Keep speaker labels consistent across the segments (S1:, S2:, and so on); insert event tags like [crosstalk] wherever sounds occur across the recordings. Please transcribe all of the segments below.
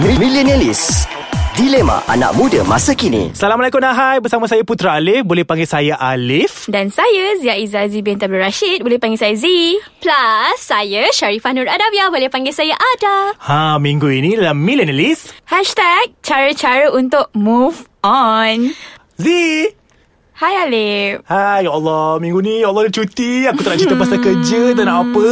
S1: Millenialis Dilema anak muda masa kini
S2: Assalamualaikum dan hai Bersama saya Putra Alif Boleh panggil saya Alif
S3: Dan saya Zia Izazi bin Tabir Rashid Boleh panggil saya Z Plus saya Sharifah Nur Adawiyah Boleh panggil saya Ada
S2: Ha minggu ini dalam Millenialis
S3: Hashtag cara-cara untuk move on
S2: Z
S3: Hai Alif
S2: Hai ya Allah Minggu ni ya Allah ada cuti Aku tak nak cerita pasal kerja Tak nak apa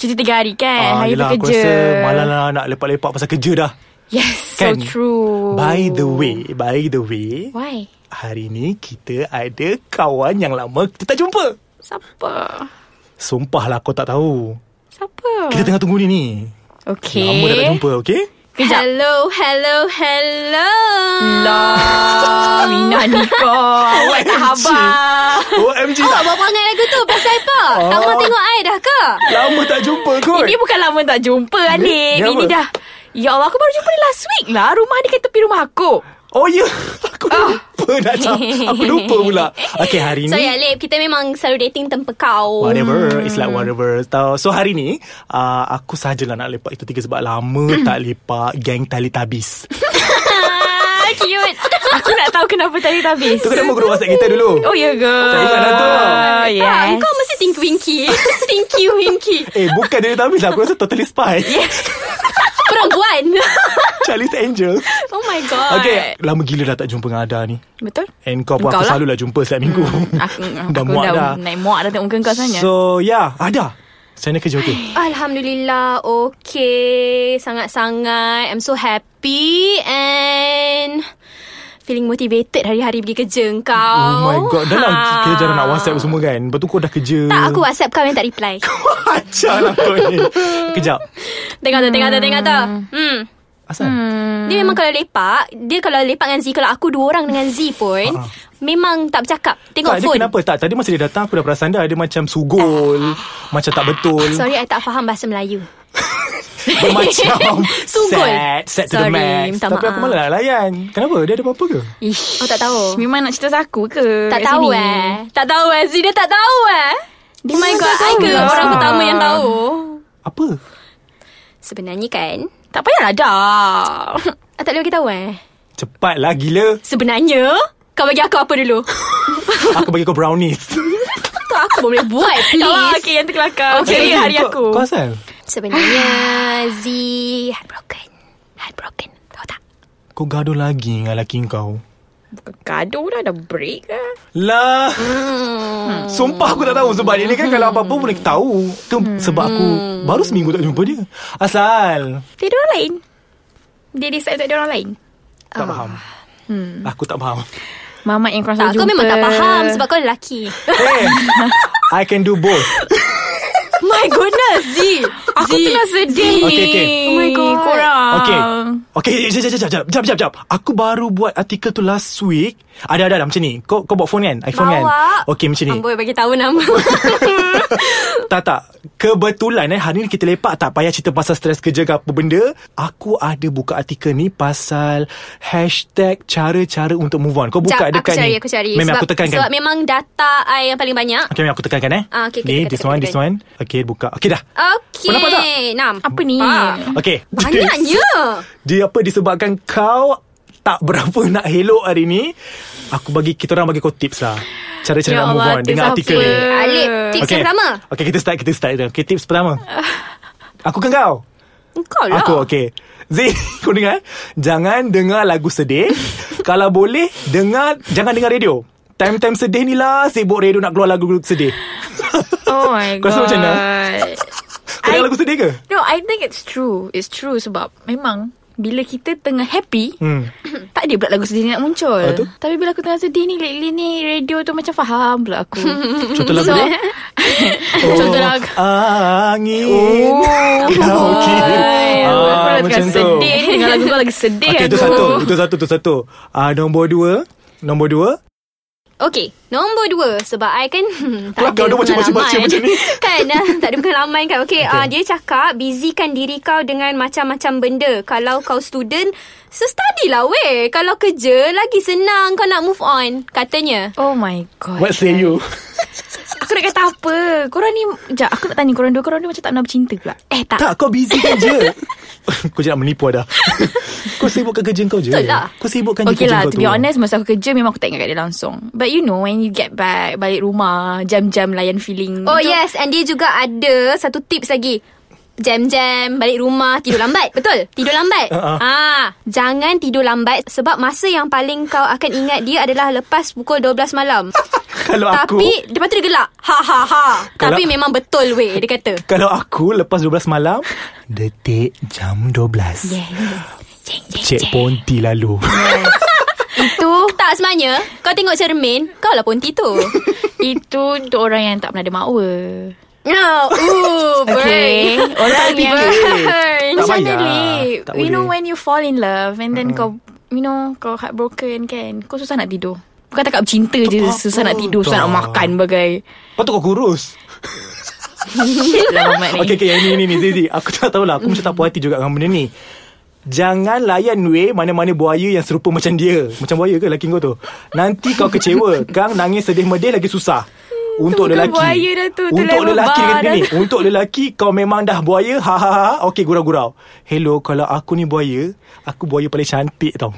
S3: Cuti tiga hari kan Hmm.
S2: Ah,
S3: Hari
S2: yelah, aku
S3: bekerja
S2: rasa Malah lah nak lepak-lepak pasal kerja dah
S3: Yes
S2: Kan?
S3: so true
S2: By the way By the way
S3: Why?
S2: Hari ni kita ada kawan yang lama kita tak jumpa
S3: Siapa?
S2: Sumpahlah kau tak tahu
S3: Siapa?
S2: Kita tengah tunggu ni ni
S3: Okay
S2: Lama dah tak jumpa okay
S3: Kejap. Hello, hello, hello. Lah, Mina ni kau. Awak tak
S2: OMG.
S3: khabar.
S2: OMG
S3: Awak
S2: Oh, tak
S3: [laughs] buat perangai lagu tu pasal apa? Tak
S2: Oh.
S3: mau tengok I dah ke?
S2: Lama tak jumpa kot
S3: Ini bukan lama tak jumpa, Alif.
S2: ni
S3: Ini
S2: apa?
S3: dah... Ya Allah, aku baru jumpa dia last week lah. Rumah dia kat tepi rumah aku.
S2: Oh ya [laughs] Aku
S3: Ah.
S2: lupa nak cakap Aku lupa pula Okay hari ni
S4: Sorry Alip Kita memang selalu dating tanpa kau
S2: Whatever It's like whatever Tahu. So hari ni uh, Aku sahajalah nak lepak itu tiga Sebab lama
S3: Hmm.
S2: tak lepak Gang tali
S3: [laughs]
S2: tabis
S3: Ah, cute. [laughs] aku nak tahu kenapa tadi tak habis.
S2: Tu kan nama guru WhatsApp kita dulu
S3: Oh, ya ke?
S2: Tak ingat dah tu.
S3: Yes.
S4: Ah, Kau mesti tinky winky [laughs] Tinky winky
S2: Eh bukan dari tabis Aku rasa totally
S3: [laughs]
S2: spy
S4: Perempuan
S2: Charlie's Angel
S4: Oh my god Eh,
S2: Okay Lama gila dah tak jumpa dengan Ada ni
S3: Betul?
S2: And kau pun
S3: Engkau
S2: aku
S3: lah.
S2: selalulah jumpa setiap minggu [laughs]
S3: Aku, aku dah, naik muak dah tengok muka kau sebenarnya.
S2: So yeah Ada Macam mana kerja okey
S4: [laughs] Alhamdulillah Okay Sangat-sangat I'm so happy And Feeling motivated hari-hari pergi kerja kau Ha.
S2: Oh my god Dah lah
S3: Ha.
S2: kita jarang nak whatsapp semua kan Lepas tu kau dah kerja
S4: Tak aku whatsapp kau yang tak reply
S2: [laughs] Ajar lah kau ni Kejap
S4: Tengok tu tengok tu tengok tu Hmm
S2: Asal? Hmm.
S4: Dia memang kalau lepak Dia kalau lepak dengan Z Kalau aku dua orang dengan Z pun
S2: Ha-ha.
S4: Memang tak bercakap Tengok
S2: Ah. Tak, dia
S4: phone Ah.
S2: kenapa? Tak, tadi masa dia datang aku dah perasan dah dia macam sugol, macam tak betul,
S4: [laughs] Sorry I tak faham bahasa Melayu
S2: dia
S4: [laughs]
S2: macam
S4: Sugol.
S2: sad, sad to the
S4: Sorry,
S2: max.
S4: minta
S2: Tapi aku
S4: maaf.
S2: malah nak layan. Kenapa? Dia ada apa-apa ke?
S4: Ish. Oh tak tahu
S3: Memang nak cerita aku ke?
S4: Tak
S3: kat
S4: tahu
S3: sini?
S4: eh Tak tahu eh Z dia tak tahu eh Oh my god I ke
S3: lah.
S4: orang pertama yang [laughs] tahu
S2: Apa?
S4: Sebenarnya kan
S3: Tak payahlah dah.
S4: I tak boleh bagi tahu eh
S2: Cepatlah lah, gila.
S4: Sebenarnya Kau bagi aku apa dulu
S2: Aku bagi kau brownies.
S4: [laughs] [laughs] Tak aku boleh buat
S3: [laughs] Tak lah,
S4: please
S3: okay, yang terkelakar. Okay,
S2: Asal
S3: okay
S2: tu,
S3: hari
S2: kau-
S3: aku.
S2: Kau asal?
S4: Sebenarnya Z Heartbroken Heartbroken Tahu tak
S2: Kau gaduh lagi dengan laki kau.
S3: Gaduh dah, dah break lah.
S2: Lah.
S4: Hmm.
S2: Sumpah aku tak tahu sebab dia ni kan kalau apa-apa boleh tahu. Tu
S4: Hmm.
S2: sebab aku baru seminggu tak jumpa dia. Asal.
S3: Dia ada orang lain. Dia decide untuk ada orang lain.
S2: Tak
S4: Ah.
S2: faham.
S4: Hmm.
S2: Aku tak faham.
S3: Mamat yang kau
S4: Tak aku memang tak faham Sebab kau lelaki
S2: Hey, I can do both.
S4: My goodness
S2: [laughs]
S4: Z
S3: Aku tengah sedih.
S2: Okay, okay.
S3: Oh my god. Korang.
S2: Okay.
S4: Um.
S2: Okay, jap, jap, jap, jap, jap, jap, jap. Aku baru buat artikel tu last week. Ada, ada, ada macam ni. Kau, kau bawa phone kan? iPhone kan?
S4: Bawa
S2: Okay, macam ni.
S4: Amboi bagi
S2: [laughs]
S4: tahu nama
S2: Tak, tak. Kebetulan eh, hari ni kita lepak tak payah cerita pasal stres kerja ke apa benda. Aku ada buka artikel ni pasal hashtag cara-cara untuk move on. Kau buka
S4: Jap,
S2: dekat
S4: aku cari,
S2: ni.
S4: aku cari.
S2: Memang
S4: sebab,
S2: aku kan. tekankan.
S4: Sebab memang data I yang paling banyak.
S2: Okay, memang aku tekankan eh.
S4: Ah, okay, okay,
S2: ni,
S4: tekan,
S2: this
S4: tekan,
S2: one,
S4: tekan.
S2: this one. Okay, buka. Okay dah.
S4: Okay.
S2: Kau nampak tak?
S4: Nam.
S3: Apa ni?
S4: Nampak.
S2: Okay. [laughs]
S4: Banyaknya.
S2: Dia apa disebabkan kau tak berapa [laughs] nak helok hari ni. Aku bagi kita orang bagi kau tips lah. Cara-cara
S3: Ya
S2: nak move
S3: Allah,
S2: on dengan
S3: tips
S2: artikel
S3: apa?
S2: ni.
S4: Alip, Eh, tips okay. yang pertama.
S2: Okay, kita start, kita start. dah. Okay, tips pertama.
S3: [laughs]
S2: Aku ke kau?
S4: Engkau
S3: Ya.
S4: lah.
S2: Aku, okay. Zee, [laughs] kau dengar? eh? Jangan dengar lagu
S3: [laughs]
S2: sedih. Kalau boleh, dengar, jangan dengar radio. Time-time sedih ni lah sibuk radio nak keluar lagu sedih.
S3: Oh my god.
S2: Kau rasa macam mana? Kau dengar lagu sedih ke?
S3: No, I think it's true. It's true sebab memang bila kita tengah happy,
S2: Hmm.
S3: [clears throat] tak ada pula lagu sedih ni nak muncul.
S2: Ah, tu?
S3: Tapi bila aku tengah sedih ni, lately ni radio tu macam faham pula [laughs] aku.
S2: Contoh lagu
S3: So- [laughs]
S2: dia? Oh.
S3: Contoh lagu.
S2: Angin.
S3: Oh,
S2: Karaoke.
S3: Ah, aku
S2: Ah,
S3: dah
S2: macam
S3: tengah
S2: tu.
S3: sedih ni dengan lagu kau lagi sedih
S2: Okay,
S3: aku.
S2: itu satu. Itu satu, itu satu. Ah, nombor dua. Nombor dua.
S4: Okay. Nombor dua. Sebab I kan [laughs] hmm,
S2: Keluar
S4: tak
S2: kau
S4: ada
S2: ada macam baca-baca
S4: pengalaman.
S2: macam ni.
S4: [laughs] kan ah, tak ada pengalaman kan. Okay. okay.
S2: Okay.
S4: Uh, dia cakap busykan diri kau dengan macam-macam benda. Kalau kau student, so study lah weh. Kalau kerja, lagi senang kau nak move on. Katanya.
S3: Oh my god.
S2: What say [laughs] you?
S3: Aku nak kata apa? Korang ni... Sekejap, aku nak tanya korang dua. Korang dua macam tak pernah bercinta pula.
S4: Eh tak.
S2: Tak, kau busy kan je. [laughs] kau jangan menipu dah. [laughs] kau sibukkan kerja kau je.
S3: Betul lah
S2: Kau sibukkan je
S3: okay
S2: kerja
S3: lah,
S2: kau
S3: to
S2: tu.
S3: be honest Masa aku kerja Memang aku tak ingat kat dia langsung But you know When you get back Balik rumah Jam-jam layan feeling
S4: Oh
S3: Itu-
S4: yes And dia juga ada Satu tips lagi Jam-jam Balik rumah Tidur lambat [laughs] Betul Tidur lambat
S2: Ha, ha.
S4: ah, Jangan tidur lambat Sebab masa yang paling kau akan ingat dia Adalah lepas pukul 12 malam
S2: [laughs] Kalau aku-
S4: Tapi Lepas tu dia gelak Ha ha ha
S2: Kalau-
S4: Tapi memang betul weh Dia kata
S2: Kalau aku lepas 12 malam Detik jam 12 yeah.
S3: Jeng, jeng,
S2: Cik
S3: jeng.
S2: Ponti lalu [laughs]
S3: Itu
S4: Tak sebenarnya Kau tengok cermin Kau lah ponti tu
S3: Itu untuk orang yang tak pernah dermawa
S4: No Ooh burn
S3: Okay
S4: [laughs]
S3: Orang
S4: Tapi
S3: yang [laughs]
S4: burn.
S2: Tak
S3: Macam mana
S2: payah.
S3: Lip?
S2: Tak
S3: You
S2: boleh.
S3: know when you fall in love And then kau You know Kau heartbroken kan Kau susah nak tidur Bukan tak bercinta je
S2: apa
S3: Susah nak tidur Susah nak
S2: dah.
S3: makan bagai
S2: Lepas tu kau kurus
S3: Shit lah Muhammad ni
S2: Okay okay yang ni ni ni Zizi Aku tak tahulah Aku macam tak puas hati juga dengan benda ni Jangan layan weh Mana-mana buaya yang serupa macam dia Macam buaya ke lelaki kau tu Nanti kau kecewa Kang nangis sedih-medih lagi susah untuk
S3: bukan
S2: lelaki
S3: buaya dah tu, tu
S2: Untuk
S3: level
S2: lelaki dia
S3: bar
S2: kata
S3: dah
S2: gini
S3: tu.
S2: Untuk lelaki Kau memang dah buaya Ha ha ha Okay gurau-gurau Hello Kalau aku ni buaya Aku buaya paling cantik tau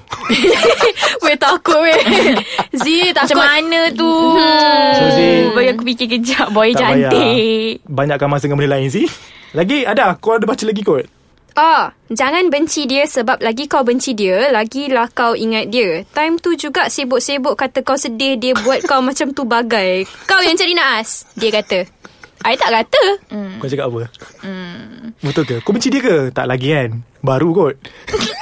S4: Weh takut weh
S2: [laughs]
S4: Z takut
S3: Macam mana tu Hmm.
S2: So, Zee-
S3: Bagi aku fikir kejap Boy
S2: Tak
S3: Eh, cantik
S2: payah Banyakkan masa dengan benda lain Zee Lagi ada Kau ada baca lagi kot
S4: Oh, jangan benci dia sebab lagi kau benci dia, lagilah kau ingat dia. Time tu juga sibuk-sibuk kata kau sedih dia buat kau [laughs] macam tu bagai. Kau yang cari naas, dia kata. I tak kata.
S2: hmm. Kau cakap apa Betul ke Kau benci dia ke Tak lagi kan Baru kot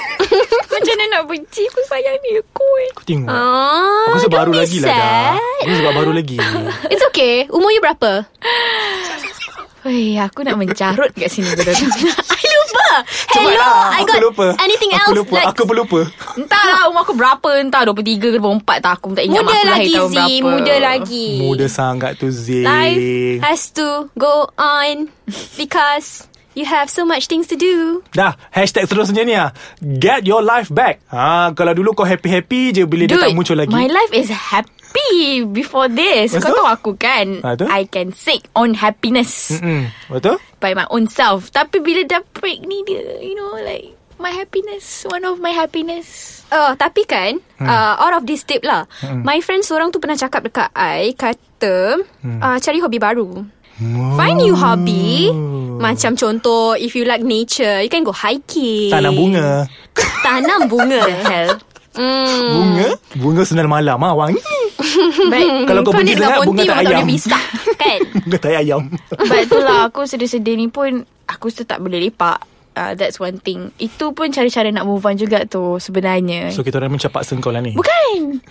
S3: [laughs] Macam mana nak benci Aku sayang dia kot
S2: Kau tengok
S4: Oh,
S2: Aku rasa
S4: don't
S2: baru
S4: be
S2: lagi lah dah
S4: sad.
S2: Aku sebab baru lagi
S4: It's okay. Umur you berapa?
S3: Hei, aku nak mencarut kat sini Aku dah
S4: I lupa. Hello,
S2: Cepatlah,
S4: I
S2: lah. aku
S4: got
S2: lupa.
S4: anything
S2: aku
S4: else?
S2: Lupa.
S4: Like,
S2: Aku lupa
S3: [laughs] Entahlah umur aku berapa Entah 23 ke 24 tak Aku tak ingat
S4: muda
S3: mak aku
S4: lagi,
S3: lahir tahun
S4: Z.
S3: berapa
S4: Muda lagi.
S2: Muda sangat tu Zee
S4: Life has to go on because you have so much things to do.
S2: Dah Hashtag seterusnya ni ah. Get your life back ha, Kalau dulu kau happy-happy je Bila Eh, dia tak muncul lagi
S3: my life is happy before this.
S2: Lepas
S3: Kau
S2: tu?
S3: tahu aku kan,
S2: Ha, tu?
S3: I can seek on happiness
S2: Mm, Betul
S3: by my own self. Tapi bila dah break ni dia, you know, like my happiness, one of my happiness. [laughs]
S4: Oh, tapi kan hmm. uh, Out of this tip lah hmm. My friend seorang tu pernah cakap dekat I Kata hmm. uh, Cari hobi baru
S2: Oh.
S4: Find new hobby Macam contoh If you like nature You can go hiking
S2: Tanam bunga
S4: Tanam
S2: [laughs]
S4: bunga
S3: The hell.
S4: hmm.
S2: Bunga Bunga sundan malam ha, Wangi [laughs]
S3: But
S2: Kalau kau
S4: Kau
S2: pergi
S4: ni dengan
S2: sangat Bunga tak
S4: ponti Memang tak
S2: ayam
S4: boleh
S2: [laughs]
S4: pisah Kan
S2: Bunga tak ayam
S3: But itulah aku sedih-sedih ni pun Aku still tak boleh lepak uh, That's one thing Itu pun cara-cara nak move on juga tu Sebenarnya
S2: So kita orang macam paksa kau lah ni
S3: Bukan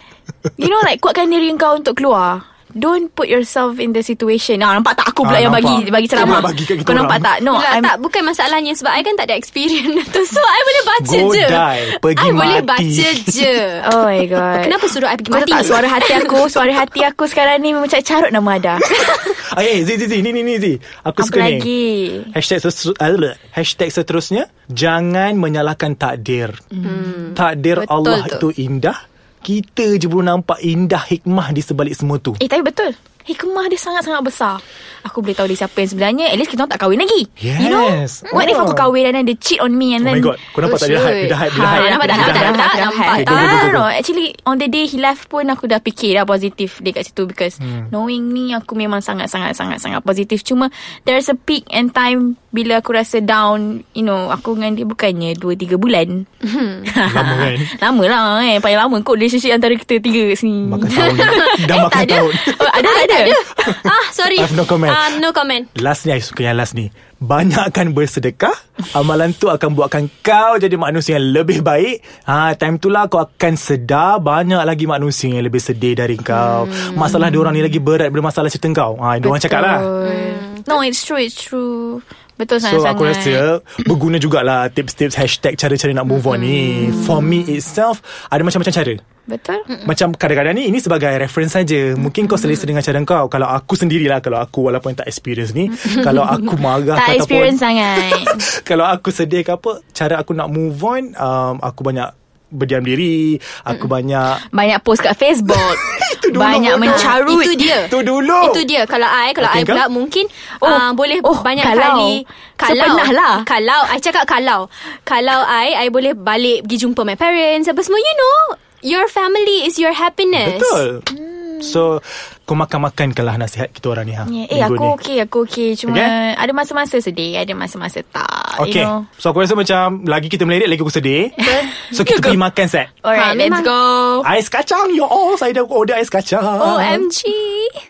S3: You know like Kuatkan diri kau untuk keluar Don't put yourself in the situation ah, Nampak tak aku
S2: Ah,
S3: pula yang
S2: nampak.
S3: bagi Bagi
S2: Kau
S3: ceramah
S2: pula bagi kat kita
S3: Kau nampak
S2: orang.
S3: tak No
S4: Pula,
S3: I'm,
S4: tak bukan masalahnya Sebab I kan tak ada experience tu So I boleh baca
S2: Go
S4: je
S2: die, pergi
S4: I boleh
S2: mati.
S4: baca
S2: [laughs]
S4: je
S3: Oh my god
S4: Kenapa suruh I pergi
S3: Kau
S4: mati
S3: tahu tak suara hati aku Suara hati aku sekarang ni Macam carut nama ada
S2: [laughs] Ah, eh, Zee, Zee, Zee. Ni, ni, ni, Zee. Aku
S3: Apa
S2: suka ni.
S3: lagi
S2: Hashtag, seterus, ah, bleh. hashtag seterusnya, jangan menyalahkan takdir. Hmm. Takdir
S4: Betul
S2: Allah
S4: tu.
S2: itu indah. Kita je belum nampak indah hikmah di sebalik semua tu.
S3: [laughs] Eh tapi betul Hikmah dia sangat-sangat besar Aku boleh tahu dia siapa yang sebenarnya At least kita orang tak kahwin lagi You know
S2: Yes.
S3: What if
S2: Oh.
S3: aku kahwin And then they cheat on me And
S2: Oh
S3: then
S2: my god. Kau nampak tak dia dah hype? Dia dah hype. Dia dah
S3: Ha,
S2: hype.
S3: nampak tak?
S2: Dia dah
S3: Nampak tak?
S2: hype.
S3: [laughs] Nampak tak?
S2: Dia
S3: Nampak tak?
S2: dah hype.
S3: No, no, no. Actually, on the day he left pun aku dah fikir dah positif dia kat situ because
S2: Hmm.
S3: knowing me aku memang sangat-sangat sangat-sangat positif. Cuma there's a peak and time bila aku rasa down, you know, aku dengan dia bukannya 2 3 bulan.
S2: Lama kan?
S3: lama lah eh. Paling lama kot relationship antara kita tiga kat sini.
S2: Makan
S3: [laughs]
S2: tahun. Dah makan tahun.
S3: Oh, ada tak ada?
S4: Ah sorry
S2: I have no comment.
S4: um, No comment
S2: Last ni, I suka yang last ni. Banyakkan bersedekah. Amalan tu akan buatkan kau jadi manusia yang lebih baik. Ha, time tu lah kau akan sedar banyak lagi manusia yang lebih sedih dari kau. Hmm. Masalah diorang ni lagi berat daripada masalah cerita kau. Ha, diorang cakap lah.
S3: Betul. No, it's true, it's true. Betul
S2: So
S3: sangat-sangat.
S2: aku rasa Berguna jugalah Tips-tips hashtag Cara-cara nak move on ni
S3: Hmm.
S2: For me itself Ada macam-macam cara
S3: Betul?
S2: Macam kadang-kadang ni Ini sebagai reference saja. Mungkin kau selesa dengan cara kau Kalau aku sendirilah Kalau aku walaupun tak experience ni Kalau aku marah
S3: [laughs] Tak
S2: ke [laughs]
S3: experience
S2: ataupun,
S3: sangat.
S2: Kalau aku sedih ke apa Cara aku nak move on um, Aku banyak berdiam diri, aku Mm-mm. banyak
S3: Banyak post kat Facebook.
S2: [laughs] Itu dulu bodoh.
S3: banyak mencarut.
S4: Itu dia.
S2: tu dulu.
S4: Itu dia kalau I kalau
S2: Okay,
S4: I pula
S2: kau?
S4: mungkin
S3: Oh,
S4: oh, uh, boleh
S3: oh,
S4: oh, banyak
S3: kalau. So,
S4: kali
S3: pernah lah.
S4: Kalau I cakap kalau kalau I I boleh balik pergi jumpa my parents apa semua you know your family is your happiness.
S2: Betul. So kau makan-makan kalah nasihat kita orang ni ha.
S3: Yeah. Hmm. Eh
S2: minggu
S3: aku
S2: ni.
S3: okey Aku okey Cuma
S2: Okay.
S3: okay. Ada masa-masa sedih Ada masa-masa tak
S2: Okay.
S3: You know
S2: So aku rasa macam lagi kita melirik lagi aku sedih. so kita pergi makan set.
S3: Alright
S4: Ha,
S3: let's
S4: memang-
S3: go
S2: oh,
S3: Oh,
S2: Ais kacang, yo all. Saya dah order ais kacang.
S4: OMG.